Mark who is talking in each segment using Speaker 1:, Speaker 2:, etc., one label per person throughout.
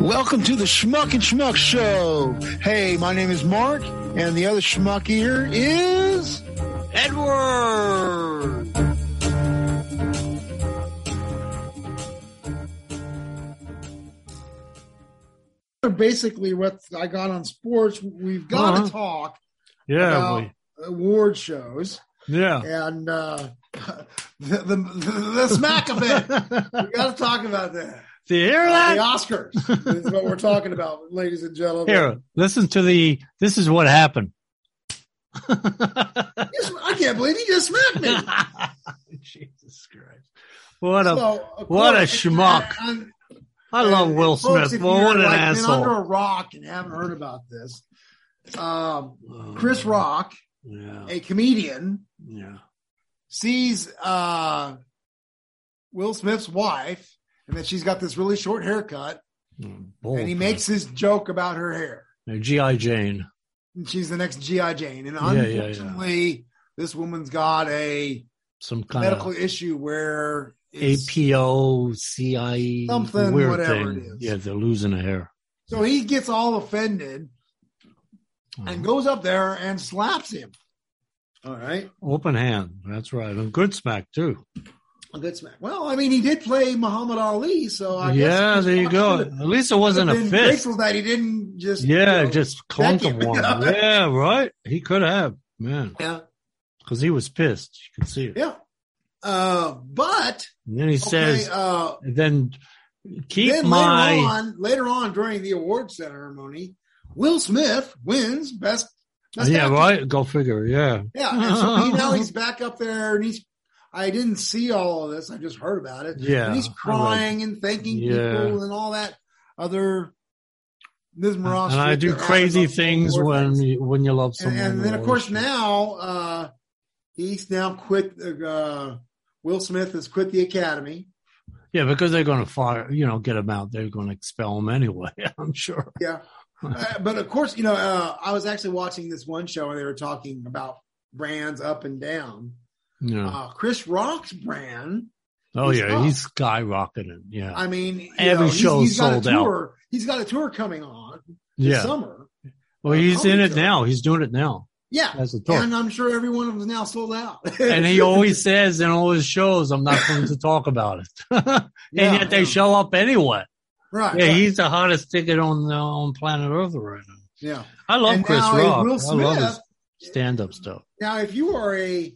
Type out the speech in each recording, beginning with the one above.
Speaker 1: Welcome to the Schmuck and Schmuck Show. Hey, my name is Mark, and the other schmuck here is
Speaker 2: Edward.
Speaker 1: basically what I got on sports. We've got
Speaker 3: Uh-huh.
Speaker 1: to talk
Speaker 3: Yeah,
Speaker 1: about award shows
Speaker 3: yeah.
Speaker 1: and uh, the, the the smack event. we got to talk about that.
Speaker 3: Do you hear
Speaker 1: The
Speaker 3: that?
Speaker 1: Oscars is what we're talking about, ladies and gentlemen.
Speaker 3: Here, listen to the. This is what happened.
Speaker 1: Yes, I can't believe he just smacked me.
Speaker 3: Jesus Christ! What a!
Speaker 1: So, of
Speaker 3: what a
Speaker 1: course-
Speaker 3: schmuck.
Speaker 1: and- and-
Speaker 3: I love
Speaker 1: And-
Speaker 3: Will
Speaker 1: and folks,
Speaker 3: Smith.
Speaker 1: if
Speaker 3: Well,
Speaker 1: you're,
Speaker 3: what an
Speaker 1: like, been under
Speaker 3: asshole!
Speaker 1: a rock and haven't heard about this. Um,
Speaker 3: Oh,
Speaker 1: Chris Rock,
Speaker 3: Yeah,
Speaker 1: a comedian,
Speaker 3: yeah.
Speaker 1: sees uh, Will Smith's wife and that she's got this really short haircut,
Speaker 3: Mm,
Speaker 1: and he makes his joke about her hair.
Speaker 3: bull- GI Jane.
Speaker 1: And she's the next GI Jane, and
Speaker 3: Yeah, yeah, yeah.
Speaker 1: unfortunately, this woman's got a
Speaker 3: Some kind
Speaker 1: medical
Speaker 3: of
Speaker 1: issue where it's-
Speaker 3: APO CIE
Speaker 1: Something,
Speaker 3: E, weird
Speaker 1: whatever
Speaker 3: thing.
Speaker 1: it is.
Speaker 3: Yeah, they're losing a hair.
Speaker 1: So he gets all offended and
Speaker 3: Mhm.
Speaker 1: goes up there and slaps him. All right.
Speaker 3: Open hand. That's right. And good smack too.
Speaker 1: a good smack. Well, I mean, he did play Muhammad Ali, so I guess
Speaker 3: yeah,
Speaker 1: Chris
Speaker 3: there you
Speaker 1: Rock
Speaker 3: go.
Speaker 1: should've-
Speaker 3: At least it wasn't a
Speaker 1: should've been
Speaker 3: fist.
Speaker 1: Grateful that he didn't just
Speaker 3: Yeah,
Speaker 1: you know,
Speaker 3: just clunk
Speaker 1: Beckett,
Speaker 3: him one.
Speaker 1: you know?
Speaker 3: Yeah, right. He could have, man,
Speaker 1: yeah
Speaker 3: because he was pissed. You could see it.
Speaker 1: yeah. Uh, but
Speaker 3: And then he
Speaker 1: okay,
Speaker 3: says,
Speaker 1: uh,
Speaker 3: "Then keep
Speaker 1: then
Speaker 3: my."
Speaker 1: later on, later on during the award ceremony, Will Smith wins best. best
Speaker 3: yeah,
Speaker 1: actor.
Speaker 3: right. Go figure. Yeah,
Speaker 1: Yeah, and so he, now he's back up there, and he's. I didn't see all of this. I just heard about it.
Speaker 3: yeah.
Speaker 1: and he's
Speaker 3: I read-
Speaker 1: crying and thanking
Speaker 3: Yeah.
Speaker 1: people and all that other Nismaros.
Speaker 3: And I
Speaker 1: shit
Speaker 3: do
Speaker 1: that
Speaker 3: crazy
Speaker 1: happens on
Speaker 3: things
Speaker 1: board
Speaker 3: when
Speaker 1: things.
Speaker 3: you, when you love
Speaker 1: And,
Speaker 3: someone.
Speaker 1: and then, of
Speaker 3: or-
Speaker 1: course, now uh, he's now quit. Uh, Will Smith has quit the Academy.
Speaker 3: yeah, because they're going to fire. You know, get him out. They're going to expel him anyway. I'm sure.
Speaker 1: Yeah, uh, but of course, you know, uh, I was actually watching this one show and they were talking about brands up and down.
Speaker 3: Yeah.
Speaker 1: Uh, Chris Rock's brand.
Speaker 3: oh
Speaker 1: he's
Speaker 3: yeah,
Speaker 1: up.
Speaker 3: he's skyrocketing. Yeah,
Speaker 1: I mean, you
Speaker 3: Every
Speaker 1: know,
Speaker 3: show
Speaker 1: he's, he's got
Speaker 3: sold
Speaker 1: a
Speaker 3: out.
Speaker 1: tour. He's got a tour coming on this
Speaker 3: yeah.
Speaker 1: summer.
Speaker 3: Well, he's in it
Speaker 1: comedy
Speaker 3: now. He's doing it now
Speaker 1: Yeah,
Speaker 3: as a tour.
Speaker 1: And I'm sure every one of them's now sold out.
Speaker 3: and he always says in all his shows, "I'm not going to talk about it," and
Speaker 1: Yeah,
Speaker 3: yet they
Speaker 1: yeah.
Speaker 3: show up anyway.
Speaker 1: right.
Speaker 3: Yeah,
Speaker 1: right.
Speaker 3: he's the hottest ticket on the, on planet Earth right now.
Speaker 1: yeah.
Speaker 3: I love
Speaker 1: And
Speaker 3: Chris
Speaker 1: now if
Speaker 3: Rock.
Speaker 1: Will
Speaker 3: I love
Speaker 1: Smith-
Speaker 3: his stand-up stuff.
Speaker 1: Now, if you are a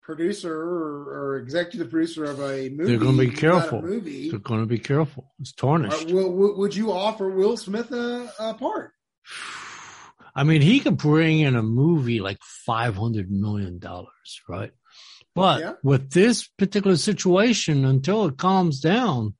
Speaker 1: producer or, or executive producer of a movie,
Speaker 3: They're gonna be
Speaker 1: you got a
Speaker 3: careful.
Speaker 1: Movie,
Speaker 3: You're going to be careful. It's
Speaker 1: uh,
Speaker 3: tarnished.
Speaker 1: will, will- would you offer Will Smith a, a part?
Speaker 3: I mean, he could bring in a movie like five hundred million dollars, right? But
Speaker 1: Yeah.
Speaker 3: with this particular situation, until it calms down,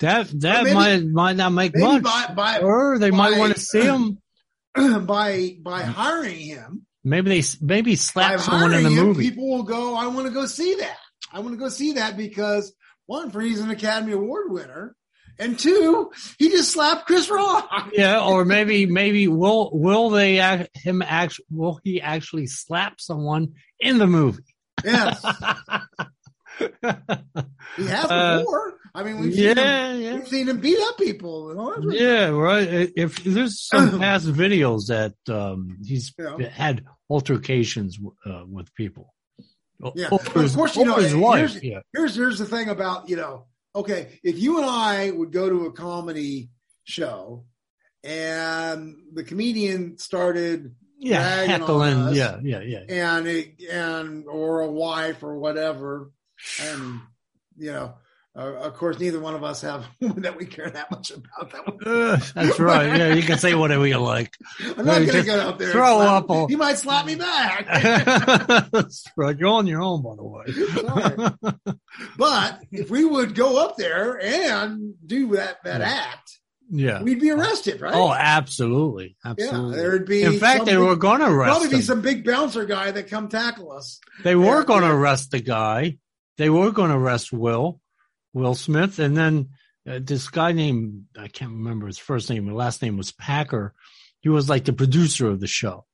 Speaker 3: that that
Speaker 1: maybe-
Speaker 3: might might not make
Speaker 1: Maybe
Speaker 3: much.
Speaker 1: by by,
Speaker 3: or they might
Speaker 1: by- uh,
Speaker 3: want to see him.
Speaker 1: by by hiring him,
Speaker 3: Maybe they maybe slap
Speaker 1: by
Speaker 3: someone in
Speaker 1: hiring
Speaker 3: the
Speaker 1: him,
Speaker 3: movie.
Speaker 1: people will go. I want to go see that. I want to go see that because one, for he's an Academy Award winner, and two, he just slapped Chris Rock.
Speaker 3: Yeah, or maybe maybe will will they act, him act will he actually slap someone in the movie?
Speaker 1: Yes. He has
Speaker 3: Uh,
Speaker 1: before. I mean, we've, seen him,
Speaker 3: yeah, yeah,
Speaker 1: we've seen him beat up people. And all that sort of-
Speaker 3: yeah. Right. If there's some past videos that um, he's
Speaker 1: Yeah.
Speaker 3: had altercations uh, with people.
Speaker 1: Yeah.
Speaker 3: Over
Speaker 1: But of
Speaker 3: his-
Speaker 1: course, you know, eh,
Speaker 3: over his
Speaker 1: here's-
Speaker 3: wife. Yeah.
Speaker 1: Here's here's the thing about you know, okay, if you and I would go to a comedy show, and the comedian started,
Speaker 3: Yeah,
Speaker 1: Dragging on
Speaker 3: heckling.
Speaker 1: us.
Speaker 3: Yeah, yeah, yeah.
Speaker 1: and it, and or a wife or whatever, and you know. Uh, of course, neither one of us have that we care that much about. That one.
Speaker 3: Ugh, that's right. Yeah, you can say whatever you like.
Speaker 1: I'm
Speaker 3: Well,
Speaker 1: not going
Speaker 3: you
Speaker 1: to
Speaker 3: just
Speaker 1: get up there. and
Speaker 3: throw
Speaker 1: slap
Speaker 3: up
Speaker 1: him.
Speaker 3: all-
Speaker 1: He might slap me back.
Speaker 3: That's right. You're on your own, by the way.
Speaker 1: Sorry. But if we would go up there and do that that
Speaker 3: Yeah.
Speaker 1: act,
Speaker 3: Yeah.
Speaker 1: we'd be arrested, right?
Speaker 3: Oh, absolutely,
Speaker 1: yeah.
Speaker 3: absolutely.
Speaker 1: There'd be.
Speaker 3: In fact,
Speaker 1: some
Speaker 3: they
Speaker 1: big-
Speaker 3: were going to arrest
Speaker 1: probably
Speaker 3: him.
Speaker 1: be some big bouncer guy that come tackle us.
Speaker 3: they were
Speaker 1: Yeah,
Speaker 3: going to
Speaker 1: yeah.
Speaker 3: arrest the guy. They were going to arrest Will, Will Smith, and then uh, this guy named I can't remember his first name. His last name was Packer. He was like the producer of the show.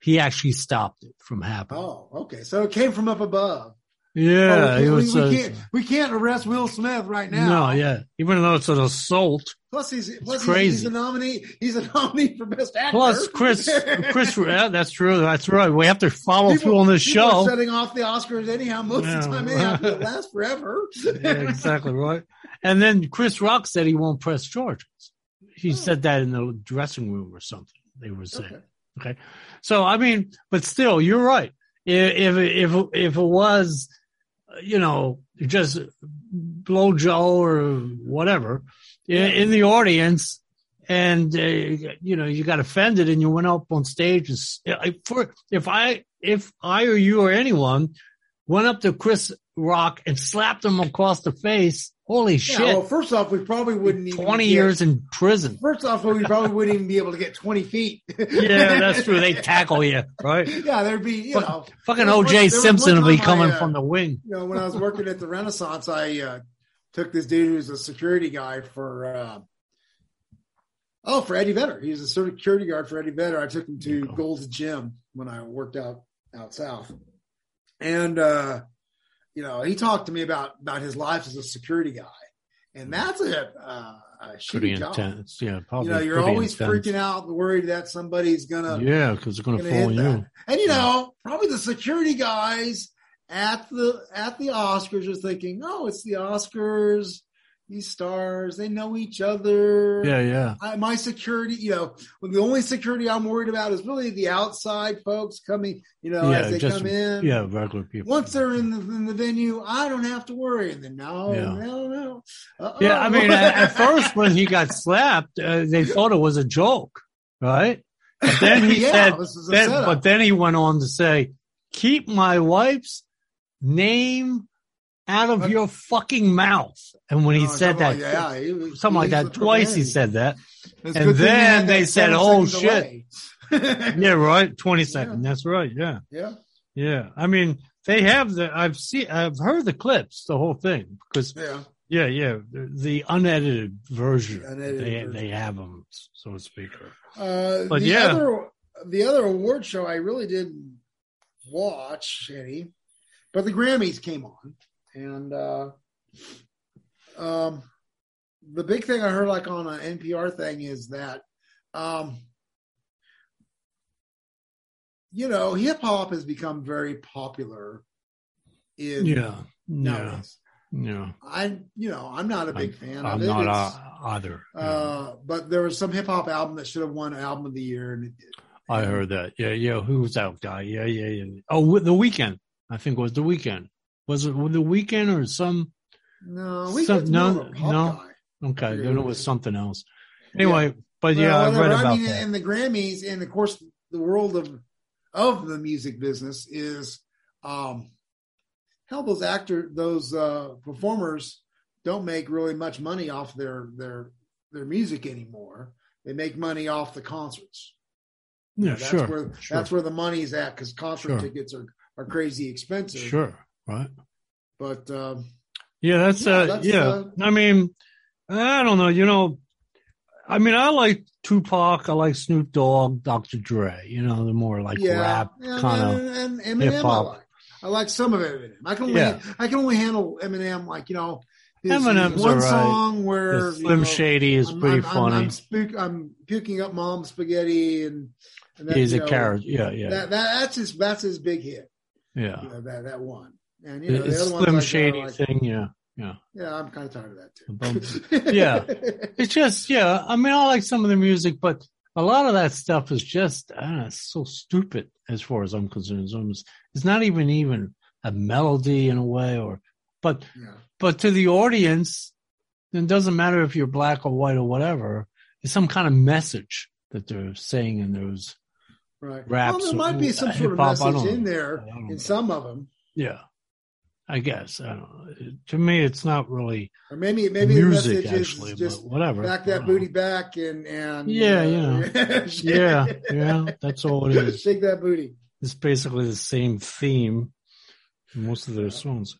Speaker 3: He actually stopped it from happening.
Speaker 1: Oh, okay. So it came from up above.
Speaker 3: Yeah,
Speaker 1: we,
Speaker 3: it was.
Speaker 1: we
Speaker 3: uh,
Speaker 1: can't we can't arrest Will Smith right now.
Speaker 3: no, yeah. Even though it's an assault.
Speaker 1: Plus he's plus
Speaker 3: crazy.
Speaker 1: he's, he's a nominee. He's a nominee for best actor.
Speaker 3: Plus, Chris, Chris, yeah, that's true. That's right. We have to follow
Speaker 1: People-
Speaker 3: through on this
Speaker 1: people are
Speaker 3: show.
Speaker 1: setting off the Oscars anyhow. Most of the
Speaker 3: Yeah.
Speaker 1: time, anyhow, 'cause it lasts forever.
Speaker 3: yeah, exactly right. And then Chris Rock said he won't press charges. He
Speaker 1: Oh.
Speaker 3: said that in the dressing room or something. They were saying.
Speaker 1: Okay.
Speaker 3: So I mean, but still, you're right. If if if, if it was, you know, just blow Joe or whatever i-
Speaker 1: Yeah.
Speaker 3: in the audience, and uh, you know, you got offended and you went up on stage and s- I- for if I if I or you or anyone went up to Chris Rock and slapped him across the face, holy
Speaker 1: Yeah,
Speaker 3: shit!
Speaker 1: well, first off, we probably wouldn't even
Speaker 3: Twenty
Speaker 1: get-
Speaker 3: years in prison.
Speaker 1: First off, we probably wouldn't even be able to get twenty feet.
Speaker 3: Yeah, that's true. They tackle you, right?
Speaker 1: yeah, there'd be you
Speaker 3: Fuck.
Speaker 1: know.
Speaker 3: Fucking
Speaker 1: There was one- there
Speaker 3: OJ
Speaker 1: was
Speaker 3: Simpson
Speaker 1: one
Speaker 3: will be
Speaker 1: time I,
Speaker 3: coming
Speaker 1: uh,
Speaker 3: from the wing.
Speaker 1: you know, when I was working at the Renaissance, I uh, took this dude who's a security guy for uh, oh for Eddie Vedder. He was a security guard for Eddie Vedder. I took him to Gold's Gym when I worked out out south, and uh, you know he talked to me about about his life as a security guy, and that's a, uh, a
Speaker 3: Hmm. Pretty
Speaker 1: shitty job.
Speaker 3: intense. Yeah,
Speaker 1: You
Speaker 3: probably.
Speaker 1: know, you're
Speaker 3: pretty
Speaker 1: always
Speaker 3: intense.
Speaker 1: freaking out, worried that somebody's gonna
Speaker 3: Yeah, because they're going to
Speaker 1: gonna
Speaker 3: fall
Speaker 1: hit
Speaker 3: you.
Speaker 1: and you know, probably the security guys at the at the Oscars are thinking, "Oh, it's the Oscars. These stars, they know each other."
Speaker 3: Yeah, yeah.
Speaker 1: I, my security, you know, the only security I'm worried about is really the outside folks coming, you know,
Speaker 3: Yeah,
Speaker 1: as they
Speaker 3: just-
Speaker 1: come in.
Speaker 3: Yeah, regular people.
Speaker 1: Once they're in the, in the venue, I don't have to worry. And then no,
Speaker 3: Yeah.
Speaker 1: no, no. Uh-oh.
Speaker 3: Yeah, I mean, at, at first when he got slapped, uh, they thought it was a joke, right? But then he
Speaker 1: Yeah,
Speaker 3: said,
Speaker 1: this is a
Speaker 3: then,
Speaker 1: setup.
Speaker 3: but then he went on to say, keep my wife's name out of
Speaker 1: What?
Speaker 3: your fucking mouth. And when he
Speaker 1: Oh,
Speaker 3: said that,
Speaker 1: something like- yeah, he was-
Speaker 3: something like
Speaker 1: he's a
Speaker 3: that, twice he
Speaker 1: profanity.
Speaker 3: said that.
Speaker 1: It's
Speaker 3: And
Speaker 1: good thing he
Speaker 3: then
Speaker 1: had that
Speaker 3: they said,
Speaker 1: seven
Speaker 3: "Oh,
Speaker 1: second
Speaker 3: shit."
Speaker 1: delay.
Speaker 3: Yeah, right. 20 second. That's right. Yeah.
Speaker 1: yeah.
Speaker 3: Yeah. I mean, they have the, I've seen, I've heard the clips, the whole thing, because
Speaker 1: Yeah.
Speaker 3: Yeah, yeah, the, the unedited version.
Speaker 1: The unedited
Speaker 3: they
Speaker 1: version.
Speaker 3: they have them, so to speak.
Speaker 1: Uh,
Speaker 3: But
Speaker 1: the
Speaker 3: yeah.
Speaker 1: other the other award show I really didn't watch any, but the Grammys came on, and uh, um, the big thing I heard like on an NPR thing is that, um, you know, hip hop has become very popular. In
Speaker 3: Yeah, yeah,
Speaker 1: nowadays.
Speaker 3: yeah.
Speaker 1: I you know I'm not a big
Speaker 3: I'm-
Speaker 1: fan
Speaker 3: I'm
Speaker 1: of it.
Speaker 3: not
Speaker 1: It's-
Speaker 3: uh, either. yeah.
Speaker 1: uh, but there was some hip hop album that should have won album of the year, and it did.
Speaker 3: I heard that. Yeah, yeah. Who was that guy? Yeah, yeah, yeah. Oh, Wi- the weekend. I think it was the weekend. Was it the weekend or some?
Speaker 1: No,
Speaker 3: Some-
Speaker 1: we could
Speaker 3: no,
Speaker 1: no,
Speaker 3: no. Okay, then it was something else. Anyway,
Speaker 1: But
Speaker 3: but yeah, I read about
Speaker 1: I mean,
Speaker 3: that.
Speaker 1: in the Grammys, and of course, the world of of the music business is um, hell. Those actor, those uh, performers don't make really much money off their their their music anymore. They make money off the concerts.
Speaker 3: Yeah,
Speaker 1: that's
Speaker 3: sure,
Speaker 1: where
Speaker 3: sure.
Speaker 1: that's where the money's at because concert
Speaker 3: Sure.
Speaker 1: tickets are are crazy expensive.
Speaker 3: sure, right.
Speaker 1: but um,
Speaker 3: Yeah, that's
Speaker 1: Yeah,
Speaker 3: uh,
Speaker 1: that's,
Speaker 3: yeah.
Speaker 1: uh,
Speaker 3: I mean, I don't know. You know, I mean, I like Tupac. I like Snoop Dogg, Dr. Dre. You know, the more like rap
Speaker 1: and-
Speaker 3: kind of.
Speaker 1: and, and Eminem.
Speaker 3: hip-hop.
Speaker 1: I like. I like some of Eminem. I can only
Speaker 3: Yeah.
Speaker 1: I can only handle Eminem like you know his,
Speaker 3: Eminem's
Speaker 1: his one
Speaker 3: alright.
Speaker 1: song where
Speaker 3: The
Speaker 1: you
Speaker 3: Slim
Speaker 1: know,
Speaker 3: Shady is
Speaker 1: I'm-
Speaker 3: pretty
Speaker 1: I'm- I'm-
Speaker 3: funny.
Speaker 1: I'm, spook, I'm puking up mom's spaghetti and, and
Speaker 3: He's
Speaker 1: you
Speaker 3: a
Speaker 1: know,
Speaker 3: character. Yeah, yeah,
Speaker 1: That, that that's his that's his big hit.
Speaker 3: yeah.
Speaker 1: You know, that that one. And you know
Speaker 3: it's
Speaker 1: the other ones
Speaker 3: Slim
Speaker 1: like,
Speaker 3: Shady
Speaker 1: Like,
Speaker 3: thing. Yeah,
Speaker 1: yeah, I'm kind of tired of that
Speaker 3: The bump.
Speaker 1: too.
Speaker 3: Yeah. it's just yeah. I mean, I like some of the music, but a lot of that stuff is just I don't know, it's so stupid as far as I'm concerned. It's almost- It's not even even a melody in a way, or but
Speaker 1: yeah.
Speaker 3: but to the audience, it doesn't matter if you're black or white or whatever. It's some kind of message that they're saying in those.
Speaker 1: Right.
Speaker 3: Raps
Speaker 1: well, there might be some sort of
Speaker 3: uh, hip-hop, I
Speaker 1: message
Speaker 3: don't
Speaker 1: in
Speaker 3: know.
Speaker 1: there
Speaker 3: I don't know.
Speaker 1: in some of them.
Speaker 3: Yeah, I guess. I don't know. It- To me, it's not really
Speaker 1: Or maybe maybe the
Speaker 3: music,
Speaker 1: message
Speaker 3: actually,
Speaker 1: is just
Speaker 3: but whatever. Uh,
Speaker 1: back
Speaker 3: I
Speaker 1: that
Speaker 3: don't
Speaker 1: booty
Speaker 3: know.
Speaker 1: back and and
Speaker 3: Yeah,
Speaker 1: uh,
Speaker 3: yeah. Yeah, yeah, that's all it is.
Speaker 1: Shake that booty.
Speaker 3: It's basically the same theme in most of their songs.